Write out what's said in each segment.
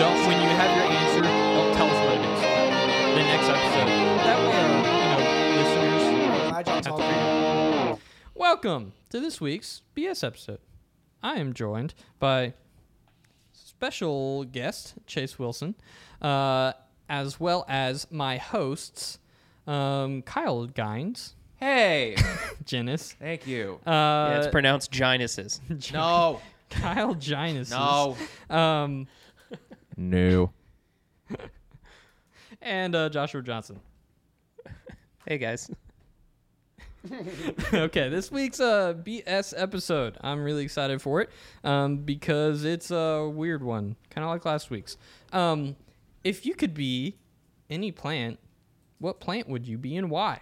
don't when you have your answer, don't tell us what it is. The next episode. That way, our, you know, listeners Glad y'all have to talked. figure it out. Welcome to this week's BS episode. I am joined by special guest Chase Wilson, uh, as well as my hosts um, Kyle Gines, Hey, Janice, thank you. uh, yeah, it's pronounced Ginuses. no, Kyle Gines, no. um, No. and uh, Joshua Johnson. Hey guys. okay, this week's uh, BS episode. I'm really excited for it um, because it's a weird one, kind of like last week's. Um, if you could be any plant, what plant would you be and why?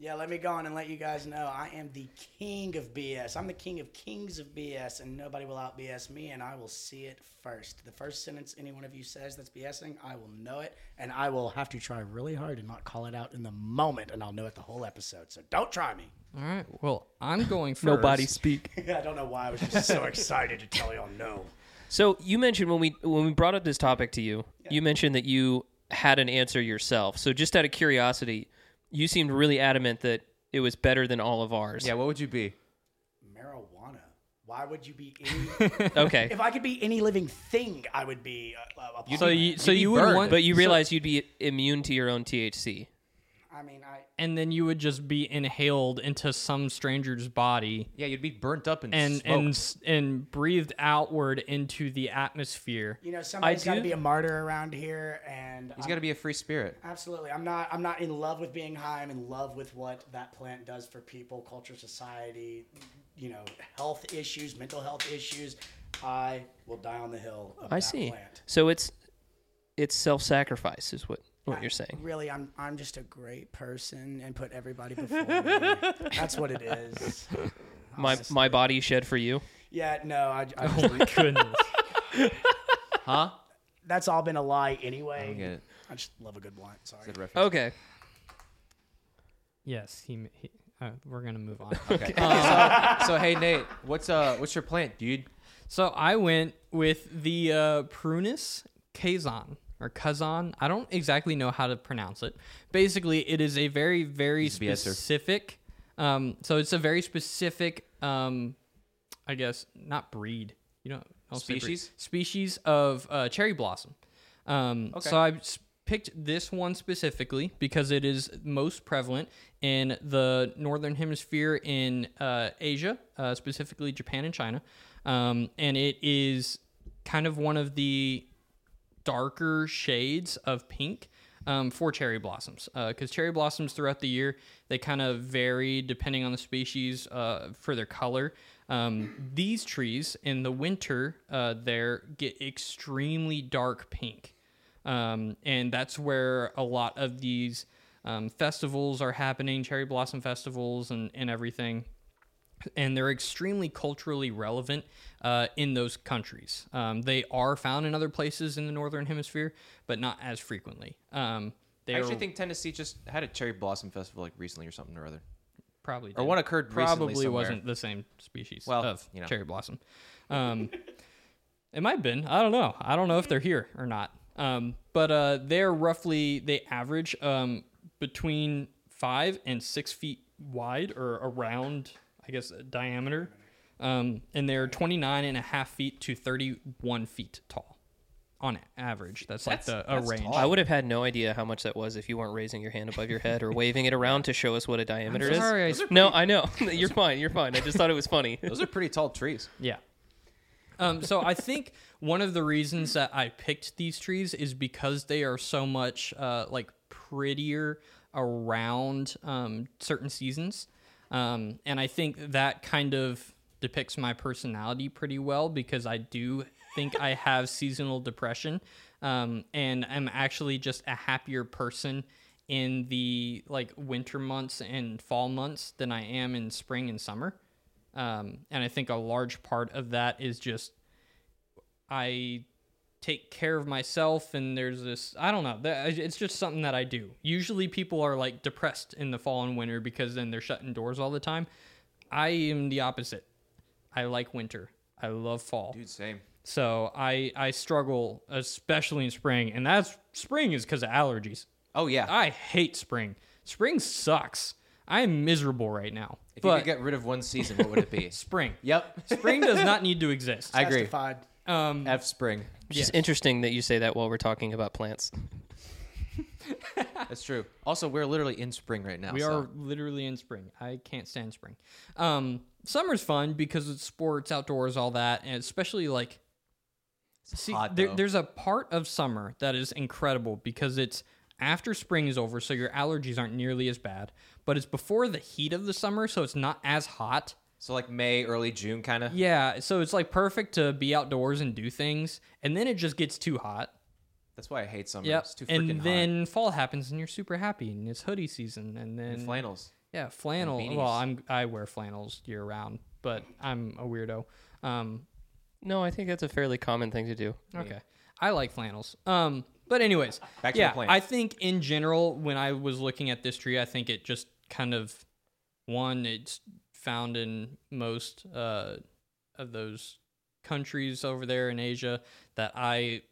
Yeah, let me go on and let you guys know I am the king of BS. I'm the king of kings of BS, and nobody will out BS me, and I will see it first. The first sentence any one of you says that's BSing, I will know it, and I will have to try really hard and not call it out in the moment, and I'll know it the whole episode. So don't try me. All right. Well, I'm going first. Nobody speak. I don't know why I was just so excited to tell y'all no. So you mentioned when we when we brought up this topic to you, you mentioned that you had an answer yourself. So just out of curiosity, you seemed really adamant that it was better than all of ours. Yeah, what would you be? Marijuana. Why would you be any? Okay. if I could be any living thing, I would be. A, a, a So you, so you'd be you would burned. want, but you realize you'd be immune to your own THC. I mean, I. and then you would just be inhaled into some stranger's body Yeah, you'd be burnt up and, and smoked. and s- and breathed outward into the atmosphere. You know, somebody's got to do- be a martyr around here, and He's I'm- got to be a free spirit. Absolutely. I'm not I'm not in love with being high. I'm in love with what that plant does for people, culture, society, you know, health issues, mental health issues. I will die on the hill of I that see. plant. So it's it's self sacrifice is what, what you're saying. Really, I'm I'm just a great person and put everybody before me. That's what it is. My my body shed for you. Yeah, no, I, I Oh my goodness. Huh? that's all been a lie anyway. I, I get it. just love a good blunt. Sorry. Good reference. Okay. yes, he. he uh, we're gonna move on. Okay. so, so hey Nate, what's uh what's your plant, dude? So I went with the uh, Prunus kazon or kazon. I don't exactly know how to pronounce it. Basically, it is a very very a BSer. specific. Um, so it's a very specific. Um, I guess not breed. You know, Species? species of uh, cherry blossom. Um, Okay. So I s- picked this one specifically because it is most prevalent in the northern hemisphere in uh, Asia, uh, specifically Japan and China, um, and it is kind of one of the darker shades of pink um, for cherry blossoms because cherry blossoms throughout the year they kind of vary depending on the species uh, for their color um, these trees in the winter uh, they get extremely dark pink um, and that's where a lot of these um, festivals are happening cherry blossom festivals and, and everything and they're extremely culturally relevant uh, in those countries. Um, they are found in other places in the northern hemisphere, but not as frequently. Um, they I actually are think Tennessee just had a cherry blossom festival like recently or something or other. probably or did. one occurred recently probably somewhere. wasn't the same species Well, of you know. cherry blossom. Um, it might have been. I don't know. I don't know if they're here or not. Um, but uh, they're roughly they average um, between five and six feet wide or around, I guess, diameter. Um, and they're 29 and a half feet to 31 feet tall on average. That's, like the a range. I would have had no idea how much that was if you weren't raising your hand above your head or waving it around to show us what a diameter is. sorry, I- Those no, I know. you're fine. You're fine. I just thought it was funny. Those are pretty tall trees. Yeah. Um, so I think one of the reasons that I picked these trees is because they are so much uh, like prettier around um, certain seasons, um, and I think that kind of depicts my personality pretty well because I do think I have seasonal depression, um, and I'm actually just a happier person in the like winter months and fall months than I am in spring and summer. Um, and I think a large part of that is just I take care of myself, and there's this I don't know. that- It's just something that I do. Usually, people are like depressed in the fall and winter because then they're shut indoors all the time. I am the opposite. I like winter. I love fall. Dude, same. So I I struggle especially in spring, and that's spring is because of allergies. Oh yeah. I hate spring. Spring sucks. I am miserable right now. if you but could get rid of one season, what would it be? spring. yep. Spring does not need to exist. I agree. Testified. um, F spring. It's just interesting that you say that while we're talking about plants. That's true. Also, we're literally in spring right now. we so- are literally in spring. I can't stand spring. Um, summer's fun because it's sports, outdoors, all that, and especially like See, hot, there, though. there's a part of summer that is incredible because it's after spring is over, so your allergies aren't nearly as bad. But it's before the heat of the summer, so it's not as hot. So like May, early June, kind of. Yeah, so it's like perfect to be outdoors and do things, and then it just gets too hot. That's why I hate summer. Yep. It's too freaking And hot. then fall happens, and you're super happy, and it's hoodie season, and then And flannels. yeah, flannel. beanies. Well, I'm I wear flannels year round, but I'm a weirdo. Um, No, I think that's a fairly common thing to do. Okay. I like flannels. Um, but anyways, Back to the yeah, plants. I think in general, when I was looking at this tree, I think it just kind of one, it's found in most uh, of those countries over there in Asia that I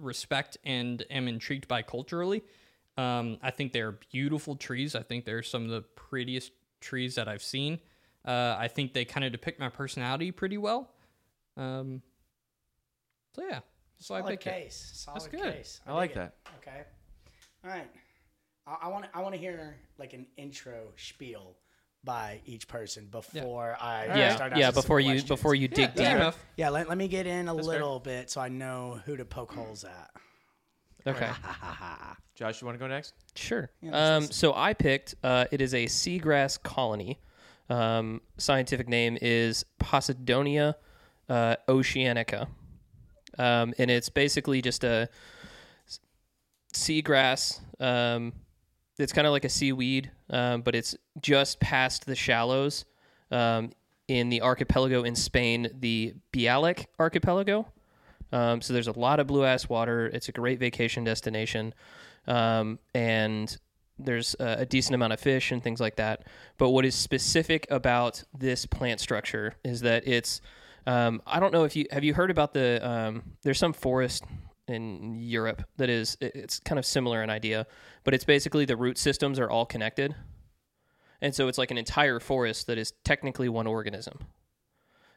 respect and am intrigued by culturally. Um, I think they're beautiful trees. I think they're some of the prettiest trees that I've seen. Uh, I think they kind of depict my personality pretty well. Um, so yeah, so I Solid picked it. case. Solid good. case. I like dig it. that. Okay. All right. I want to. I want to hear like an intro spiel by each person before I Yeah, start. yeah. asking some Before you, questions. before you dig Fair deep. enough. Yeah, let, let me get in a fair. little bit so I know who to poke holes at. Okay, Josh, you want to go next? sure. let's Um, so I picked. Uh, it is a seagrass colony. Um, scientific name is Posidonia uh, oceanica, um, and it's basically just a s- seagrass. Um, it's kind of like a seaweed, um, but it's just past the shallows um, in the archipelago in Spain, the Bialik archipelago. Um, so there's a lot of blue ass water. It's a great vacation destination, um, and there's uh, a decent amount of fish and things like that. But what is specific about this plant structure is that it's um, I don't know if you have you heard about the um, there's some forest in Europe that is it- it's kind of similar an idea, but it's basically the root systems are all connected, and so it's like an entire forest that is technically one organism.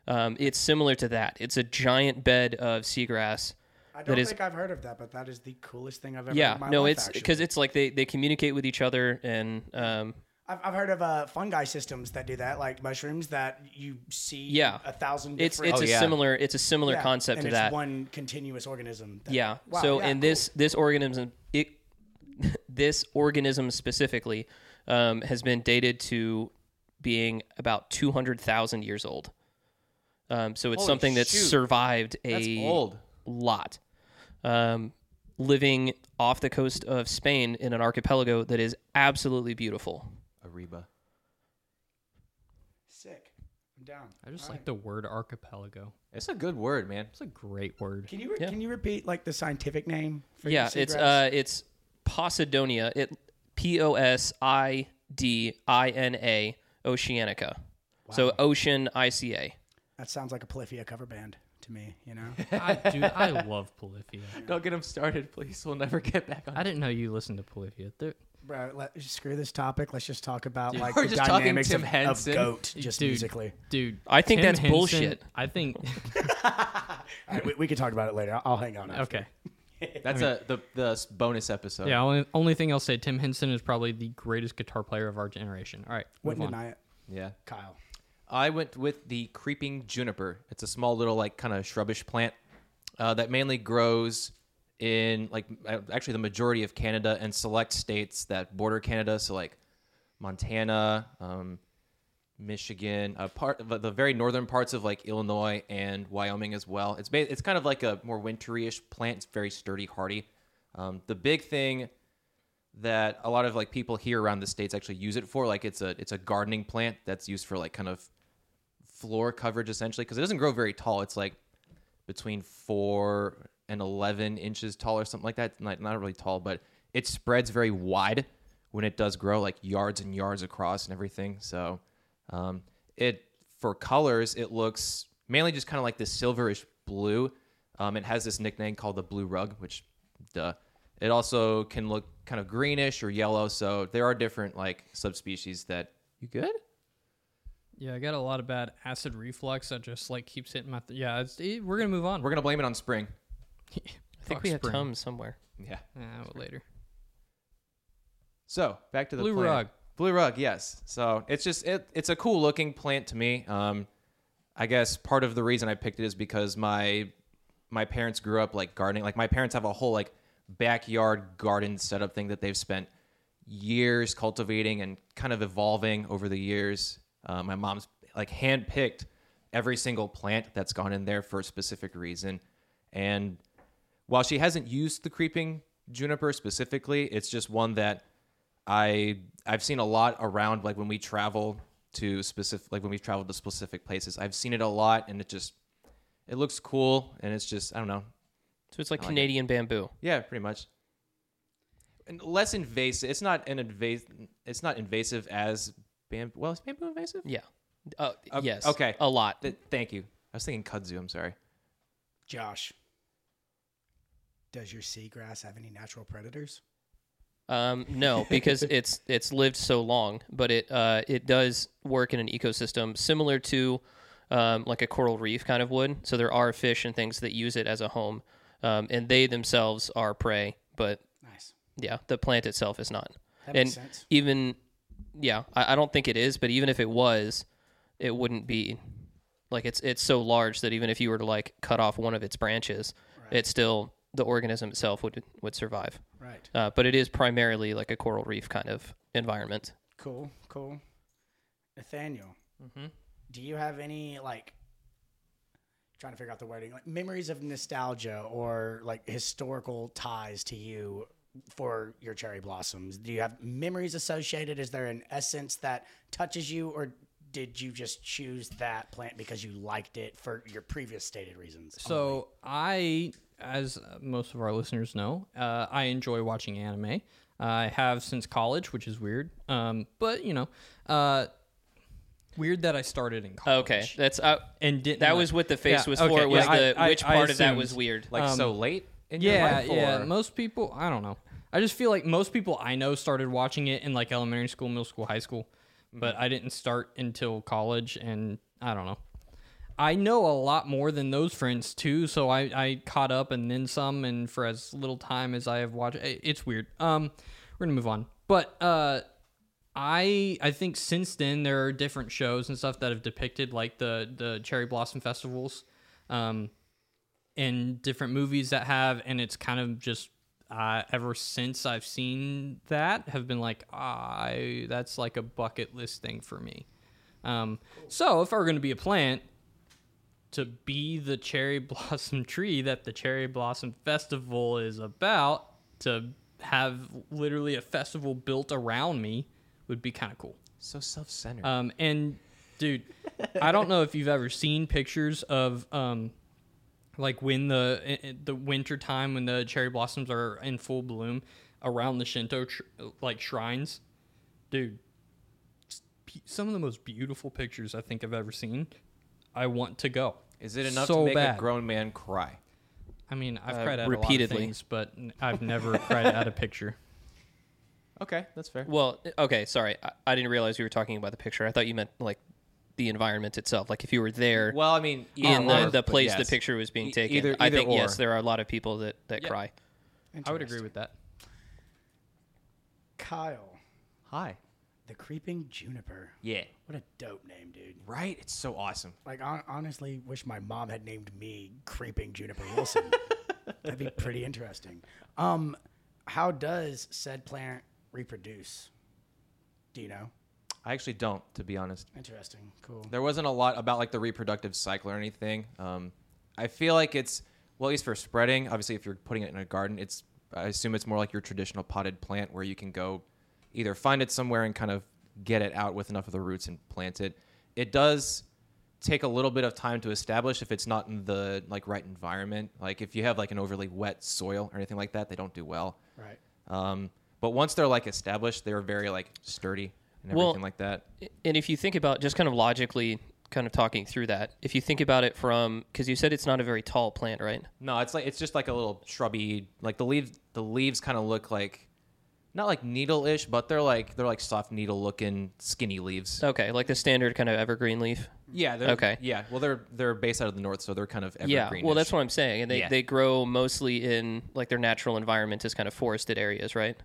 Um, it's similar to that. It's a giant bed of seagrass. I don't That is- think I've heard of that, but that is the coolest thing I've ever. heard Yeah, in my no, life, it's actually. because it's like they, they communicate with each other and um, I've, I've heard of uh, fungi systems that do that, like mushrooms that you see. Yeah. a thousand. it's different, Oh, it's a Oh, yeah. similar it's a similar Yeah, concept and to it's that. One continuous organism. that- yeah. Wow, so yeah, and this this organism it this organism specifically um, has been dated to being about two hundred thousand years old. Um, so it's Holy something that's shoot. survived a That's old. lot. Um, living off the coast of Spain in an archipelago that is absolutely beautiful. Ariba. Sick. I'm down. I just like the word archipelago. It's a good word, man. It's a great word. Can you re- can you repeat like the scientific name? For yeah, your it's seagrass? uh, it's Posidonia. It P O S I D I N A Oceanica. So ocean I C A. that sounds like a Polyphia cover band to me. You know, I, dude, I love Polyphia. Don't get him started, please. We'll never get back on. I didn't know you listened to Polyphia. There, bro. Let, screw this topic. Let's just talk about like we're the just talking dynamics Tim of, of Henson. goat just Dude. musically. dude, I think Tim that's Henson, bullshit. I think. All right, we, we can talk about it later. I'll, I'll hang on. After. Okay. That's a the the s- bonus episode. Yeah. Only, only thing I'll say, Tim Henson is probably the greatest guitar player of our generation. All right. move Wouldn't on. deny it, Yeah. Kyle. I went with the creeping juniper. It's a small little like kind of shrubbish plant uh, that mainly grows in like uh, actually the majority of Canada and select states that border Canada. So like Montana, um, Michigan, a part of the very northern parts of like Illinois and Wyoming as well. It's ba- it's kind of like a more winteryish plant. It's very sturdy, hardy. Um, the big thing that a lot of like people here around the states actually use it for, like it's a it's a gardening plant that's used for like kind of floor coverage essentially because it doesn't grow very tall. It's like between four and eleven inches tall or something like that. Not not really tall, but it spreads very wide when it does grow, like yards and yards across and everything. So um, it for colors, it looks mainly just kind of like this silverish blue, Um, it has this nickname called the blue rug, which, duh. It also can look kind of greenish or yellow. So there are different like subspecies that. You good? Yeah, I got a lot of bad acid reflux that just like keeps hitting my. Th- yeah, it's, it, we're gonna move on. We're gonna blame it on spring. I think we have Tums somewhere. Yeah. Ah, well, later. So back to the Blue plant. rug. Blue rug, yes. So it's just it, it's a cool looking plant to me. Um, I guess part of the reason I picked it is because my my parents grew up like gardening. Like my parents have a whole like backyard garden setup thing that they've spent years cultivating and kind of evolving over the years. Uh, my mom's like handpicked every single plant that's gone in there for a specific reason, and while she hasn't used the creeping juniper specifically, it's just one that I I've seen a lot around like when we travel to specific like when we've traveled to specific places. I've seen it a lot and it just it looks cool and it's just I don't know. So it's like I like it. Canadian bamboo. Yeah, pretty much. And less invasive. It's not an invasive it's not invasive as bamboo. Well, is bamboo invasive? Yeah. Uh, Uh, yes. okay. A lot. Th- thank you. I was thinking kudzu, I'm sorry. Josh, does your seagrass have any natural predators? Um, no, because it's it's lived so long, but it uh, it does work in an ecosystem similar to um, like a coral reef kind of would. So there are fish and things that use it as a home, um, and they themselves are prey. But Nice. yeah, the plant itself is not. That makes and sense. even yeah, I, I don't think it is. But even if it was, it wouldn't be like it's it's so large that even if you were to like cut off one of its branches, it still the organism itself would would survive Right. uh, but it is primarily like a coral reef kind of environment. Cool. Cool. Nathaniel, Mm-hmm. do you have any like? Trying to figure out the wording, like memories of nostalgia or like historical ties to you for your cherry blossoms. Do you have memories associated? Is there an essence that touches you, or did you just choose that plant because you liked it for your previous stated reasons? So I, as most of our listeners know, uh, I enjoy watching anime. I have since college, which is weird. Um, but you know, uh, weird that I started in college. Okay, that's uh, and didn't that like- was what the face Yeah, was okay, for. Was yeah, the I- I- which I part of that assumed. was weird? Like so late in Um, yeah your life yeah or- most people i don't know i just feel like most people i know started watching it in like elementary school middle school high school but Mm-hmm. i didn't start until college and i don't know i know a lot more than those friends too so i, I caught up and then some and for as little time as i have watched it, it's weird um we're gonna move on but uh I I think since then there are different shows and stuff that have depicted like the the cherry blossom festivals, um, and different movies that have, and it's kind of just uh, ever since I've seen that have been like I that's like a bucket list thing for me. Um, so if I were going to be a plant, to be the cherry blossom tree that the cherry blossom festival is about to have literally a festival built around me would be kind of cool so self-centered. um, and dude i don't know if you've ever seen pictures of um, like when the i- i- the winter time when the cherry blossoms are in full bloom around the shinto tr- like shrines dude s- pe- some of the most beautiful pictures i think i've ever seen i want to go is it enough so to make bad. a grown man cry? I mean, I've Uh, cried at repeatedly. a lot of things, but n- I've never cried at a picture. Okay, that's fair. Well, okay, sorry, I, I didn't realize you were talking about the picture. I thought you meant like the environment itself. Like if you were there Well, I mean, in either the, Oh, or, Oh, the but place the yes. picture was being E- taken. either- I either think yes, or. there are a lot of people that that cry. I would agree with that. Kyle, Hi. the creeping juniper. Yeah. What a dope name, dude. Right? It's so awesome. Like, hon- honestly, wish my mom had named me Creeping Juniper Wilson. That'd be pretty interesting. Um, how does said plant reproduce? Do you know? I actually don't, to be honest. Interesting. Cool. There wasn't a lot about like the reproductive cycle or anything. Um, I feel like it's well, at least for spreading. Obviously, if you're putting it in a garden, it's I assume it's more like your traditional potted plant where you can go either find it somewhere and kind of get it out with enough of the roots and plant it. It does take a little bit of time to establish if it's not in the like right environment. Like if you have like an overly wet soil or anything like that, they don't do well. Right. Um, but once they're like established, they're very like sturdy and Well, everything like that. and if you think about just kind of logically kind of talking through that. If you think about it from, because you said it's not a very tall plant, right? No, it's like it's just like a little shrubby. Like the leaves, the leaves kind of look like, not like needle-ish, but they're like they're like soft needle-looking, skinny leaves. Okay, like the standard kind of evergreen leaf. yeah. They're, okay. Yeah. Well, they're they're based out of the north, so they're kind of Yeah, evergreen. well, that's what I'm saying. And they, Yeah. they grow mostly in like their natural environment is kind of forested areas, right?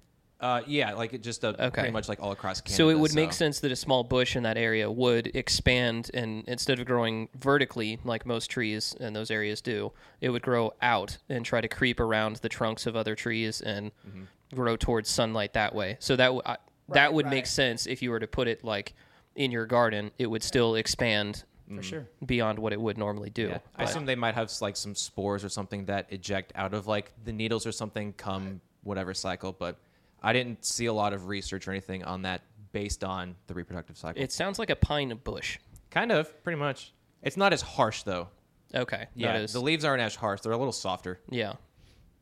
Uh, yeah, like it just uh, Okay. pretty much like all across Canada. so it would make sense that a small bush in that area would expand and instead of growing vertically like most trees in those areas do, it would grow out and try to creep around the trunks of other trees and Mm-hmm. grow towards sunlight that way. So that w- I- that Right, would right. make sense if you were to put it like in your garden, it would still expand for sure. beyond what it would normally do. Yeah. I assume they might have like some spores or something that eject out of like the needles or something come whatever cycle, but I didn't see a lot of research or anything on that based on the reproductive cycle. It sounds like a pine bush. kind of pretty much. It's not as harsh though. Okay. Yeah, that is- the leaves aren't as harsh. They're a little softer. yeah.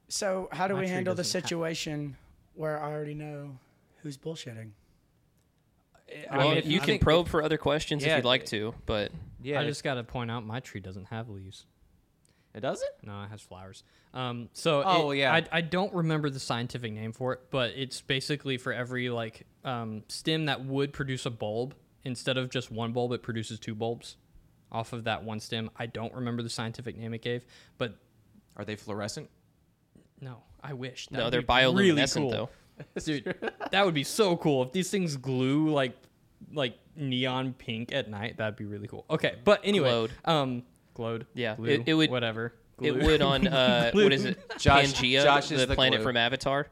So how do My we tree handle the doesn't have- situation where I already know who's bullshitting? Well, you can probe. probe for other questions Yeah, if you'd like it- to, but Yeah, I just got to point out my tree doesn't have leaves. it doesn't. No, it has flowers. Um, so Oh, it- well, yeah. I, I don't remember the scientific name for it, but it's basically for every like um, stem that would produce a bulb instead of just one bulb, it produces two bulbs off of that one stem. I don't remember the scientific name it gave, but Are they fluorescent? no, I wish. That no, would they're be really bioluminescent cool. though. dude. that would be so cool if these things glue like like neon pink at night. That'd be really cool. Okay, but anyway, Glowed. um, glowed. Yeah, it- glue, it would- whatever. It Glue. would on uh, what is it? Josh- Pangea, Josh is the, the planet glue. from Avatar.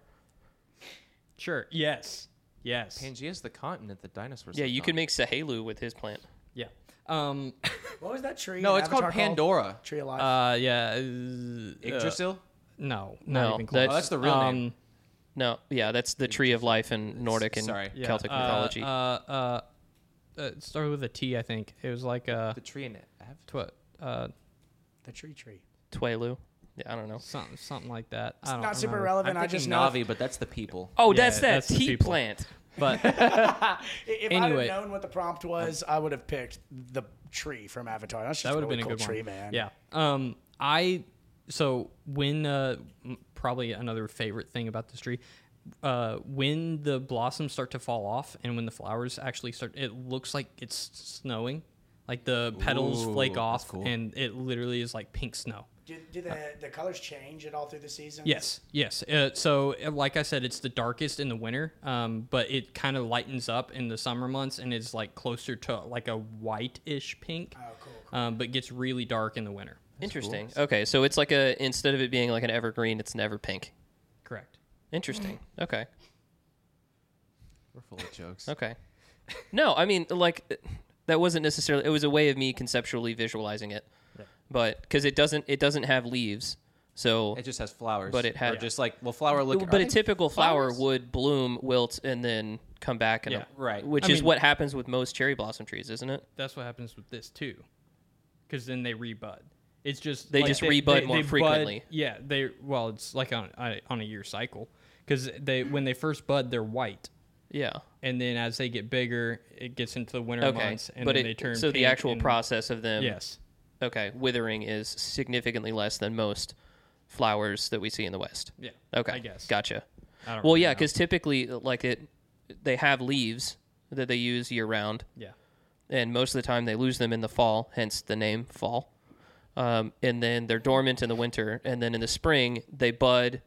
Sure. Yes. Yes. Pangea's the continent that dinosaurs. Yeah, lived you on. could make Sahelu with his plant. Yeah. Um. What was that tree? No, in it's called Avatar Pandora. Tree of Life. Uh. Yeah. uh, Yggdrasil. no. Not No, even close. that's- Oh, that's the real um, name. No, yeah, that's the tree of life in Nordic and Sorry. yeah, Celtic uh, mythology. Uh. Uh. uh it started with a T, I think. It was like uh, the tree in it. Av- tw- uh, the tree tree. Twelu. Yeah, I don't know. something, something like that. I It's don't not super remember. relevant. I'm I thinking just know. Navi, but that's the people. Oh, Yeah, that's that that's the tea people. plant. But If Anyway. I'd have known what the prompt was, I would have picked the tree from Avatar. That's just that a would have really been a cool good tree, one. man. Yeah. Um. I. So when uh, m- probably another favorite thing about this tree, uh, when the blossoms start to fall off and when the flowers actually start, it looks like it's snowing, like the petals Ooh, flake that's off cool. and it literally is like pink snow. Do, do the, the colors change at all through the season? Yes, yes. Uh, so, uh, like I said, it's the darkest in the winter, um, but it kind of lightens up in the summer months and is like closer to like a whitish pink, Oh, cool. cool. um, but gets really dark in the winter. Interesting. Okay, so it's like a instead of it being like an evergreen, it's never pink. Correct. Interesting. Okay. We're full of jokes. Okay. No, I mean, like, that wasn't necessarily. It was a way of me conceptually visualizing it, but because it doesn't, it doesn't have leaves. So, It just has flowers. But it had- or just like well, flower looking. but a typical flower flowers? would bloom, wilt, and then come back. And Yeah, right. Which I is mean- what happens with most cherry blossom trees, isn't it? That's what happens with this too, because then they rebud. It's just They just rebud more bud- frequently. yeah, they well, it's like on I- on a year cycle because they when they first bud, they're white, Yeah. and then as they get bigger, it gets into the winter Okay. months, and but then it, they turn. so the pink actual and- process of them, Yes. Okay, withering is significantly less than most flowers that we see in the West. Yeah. Okay. I guess. Gotcha. I don't Well, really yeah, know. because typically, like it, they have leaves that they use year round, Yeah. and most of the time they lose them in the fall, hence the name fall. Um, and then they're dormant in the winter, and then in the spring they bud,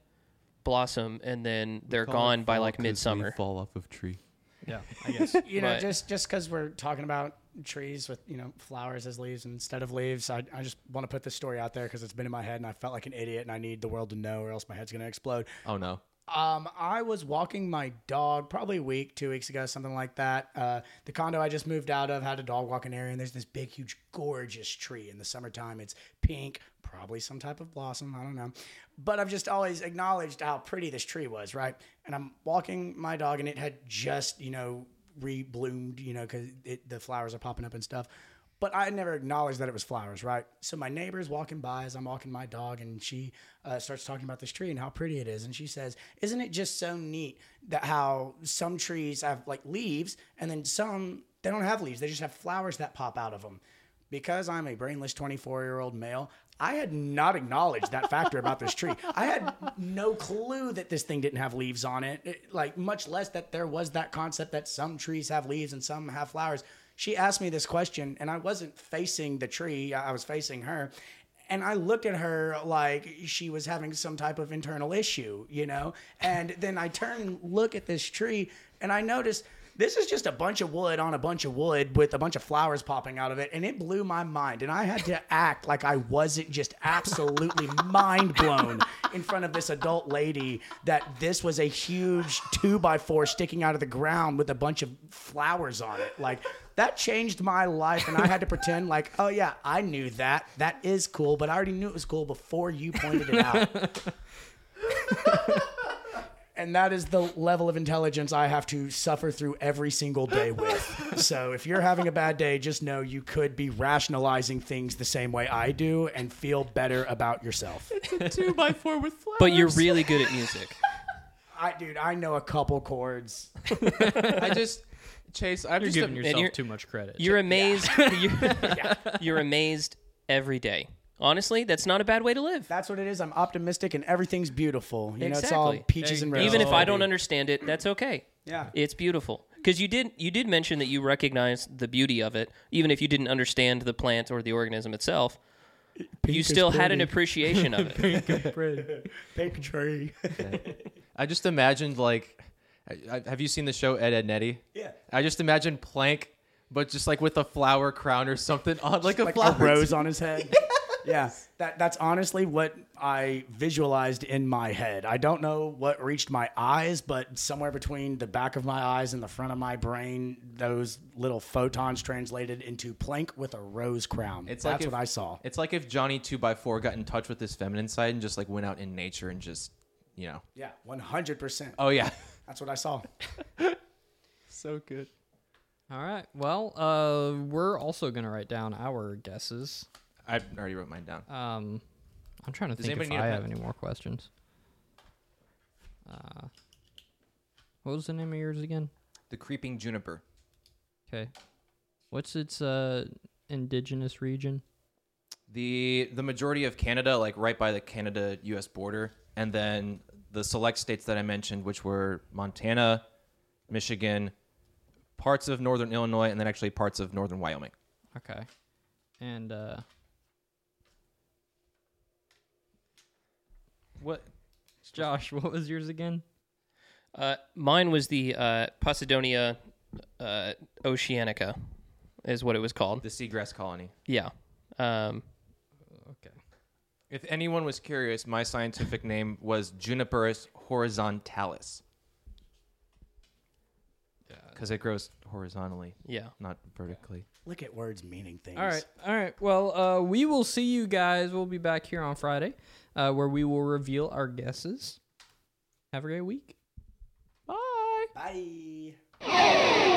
blossom, and then they're gone by like midsummer. Fall off of tree. Yeah. I guess. You know, But- just just because we're talking about trees with you know flowers as leaves instead of leaves, I, I just want to put this story out there because it's been in my head and I felt like an idiot and I need the world to know or else my head's gonna explode. Oh no. Um, I was walking my dog probably a week, two weeks ago, something like that. Uh, the condo I just moved out of had a dog walking area, and there's this big, huge, gorgeous tree in the summertime. It's pink, probably some type of blossom. I don't know. But I've just always acknowledged how pretty this tree was, right? And I'm walking my dog, and it had just, you know, re-bloomed, you know, because the flowers are popping up and stuff. But I never acknowledged that it was flowers, right? So my neighbor's walking by as I'm walking my dog, and she uh, starts talking about this tree and how pretty it is. And she says, "Isn't it just so neat that how some trees have like leaves, and then some they don't have leaves; they just have flowers that pop out of them." Because I'm a brainless 24 year old male, I had not acknowledged that factor about this tree. I had no clue that this thing didn't have leaves on it, it- like, much less that there was that concept that some trees have leaves and some have flowers. She asked me this question, and I wasn't facing the tree, I I was facing her. And I looked at her like she was having some type of internal issue, you know? And then I turn and look at this tree, and I notice this is just a bunch of wood on a bunch of wood with a bunch of flowers popping out of it and it blew my mind and i had to act like i wasn't just absolutely mind blown in front of this adult lady that this was a huge two by four sticking out of the ground with a bunch of flowers on it like that changed my life and i had to pretend like oh yeah i knew that that is cool but i already knew it was cool before you pointed it out and that is the level of intelligence I have to suffer through every single day with. so if you're having a bad day, just know you could be rationalizing things the same way I do and feel better about yourself. Two by four with flowers. But you're really good at music. I dude, I know a couple chords. I just Chase. You're I'm just giving a- yourself you're- too much credit. You're amazed. You're, you're amazed every day. Honestly, that's not a bad way to live. That's what it is. I'm optimistic and everything's beautiful. You know, it's all Exactly. peaches and There roses. you Even if I don't dude. understand it, that's okay. Yeah. It's beautiful. Because you did you did mention that you recognize the beauty of it, even if you didn't understand the plant or the organism itself. you still had an appreciation of it. Pink tree. I just imagined like, I, I- have you seen the show Ed Ed Netty? Yeah. I just imagined Plank, but just like with a flower crown or something on, like a like flower a rose on his head. Yeah, that that's honestly what I visualized in my head. I don't know what reached my eyes, but somewhere between the back of my eyes and the front of my brain, those little photons translated into plank with a rose crown. It's It's like that's if- what I saw. It's like if Johnny Two by Four got in touch with his feminine side and just like went out in nature and just, you know. Yeah, one hundred percent. Oh yeah. That's what I saw. so good. All right. Well, uh, we're also gonna write down our guesses. I already wrote mine down. Um, I'm trying to think if anybody need a I have pen? any more questions. Uh, what was the name of yours again? the creeping juniper. Okay. What's its uh indigenous region? The the majority of Canada, like right by the Canada US border, and then the select states that I mentioned, which were Montana, Michigan, parts of northern Illinois, and then actually parts of northern Wyoming. Okay. And uh what Josh, what was yours again? Uh, mine was the uh, Posidonia uh, oceanica, is what it was called. The seagrass colony. Yeah. Um, Okay. If anyone was curious, my scientific name was Juniperus horizontalis. Because it grows horizontally, yeah. not vertically. Look at words meaning things. All right. All right. Well, uh, we will see you guys. We'll be back here on Friday uh, where we will reveal our guesses. Have a great week. Bye. Bye.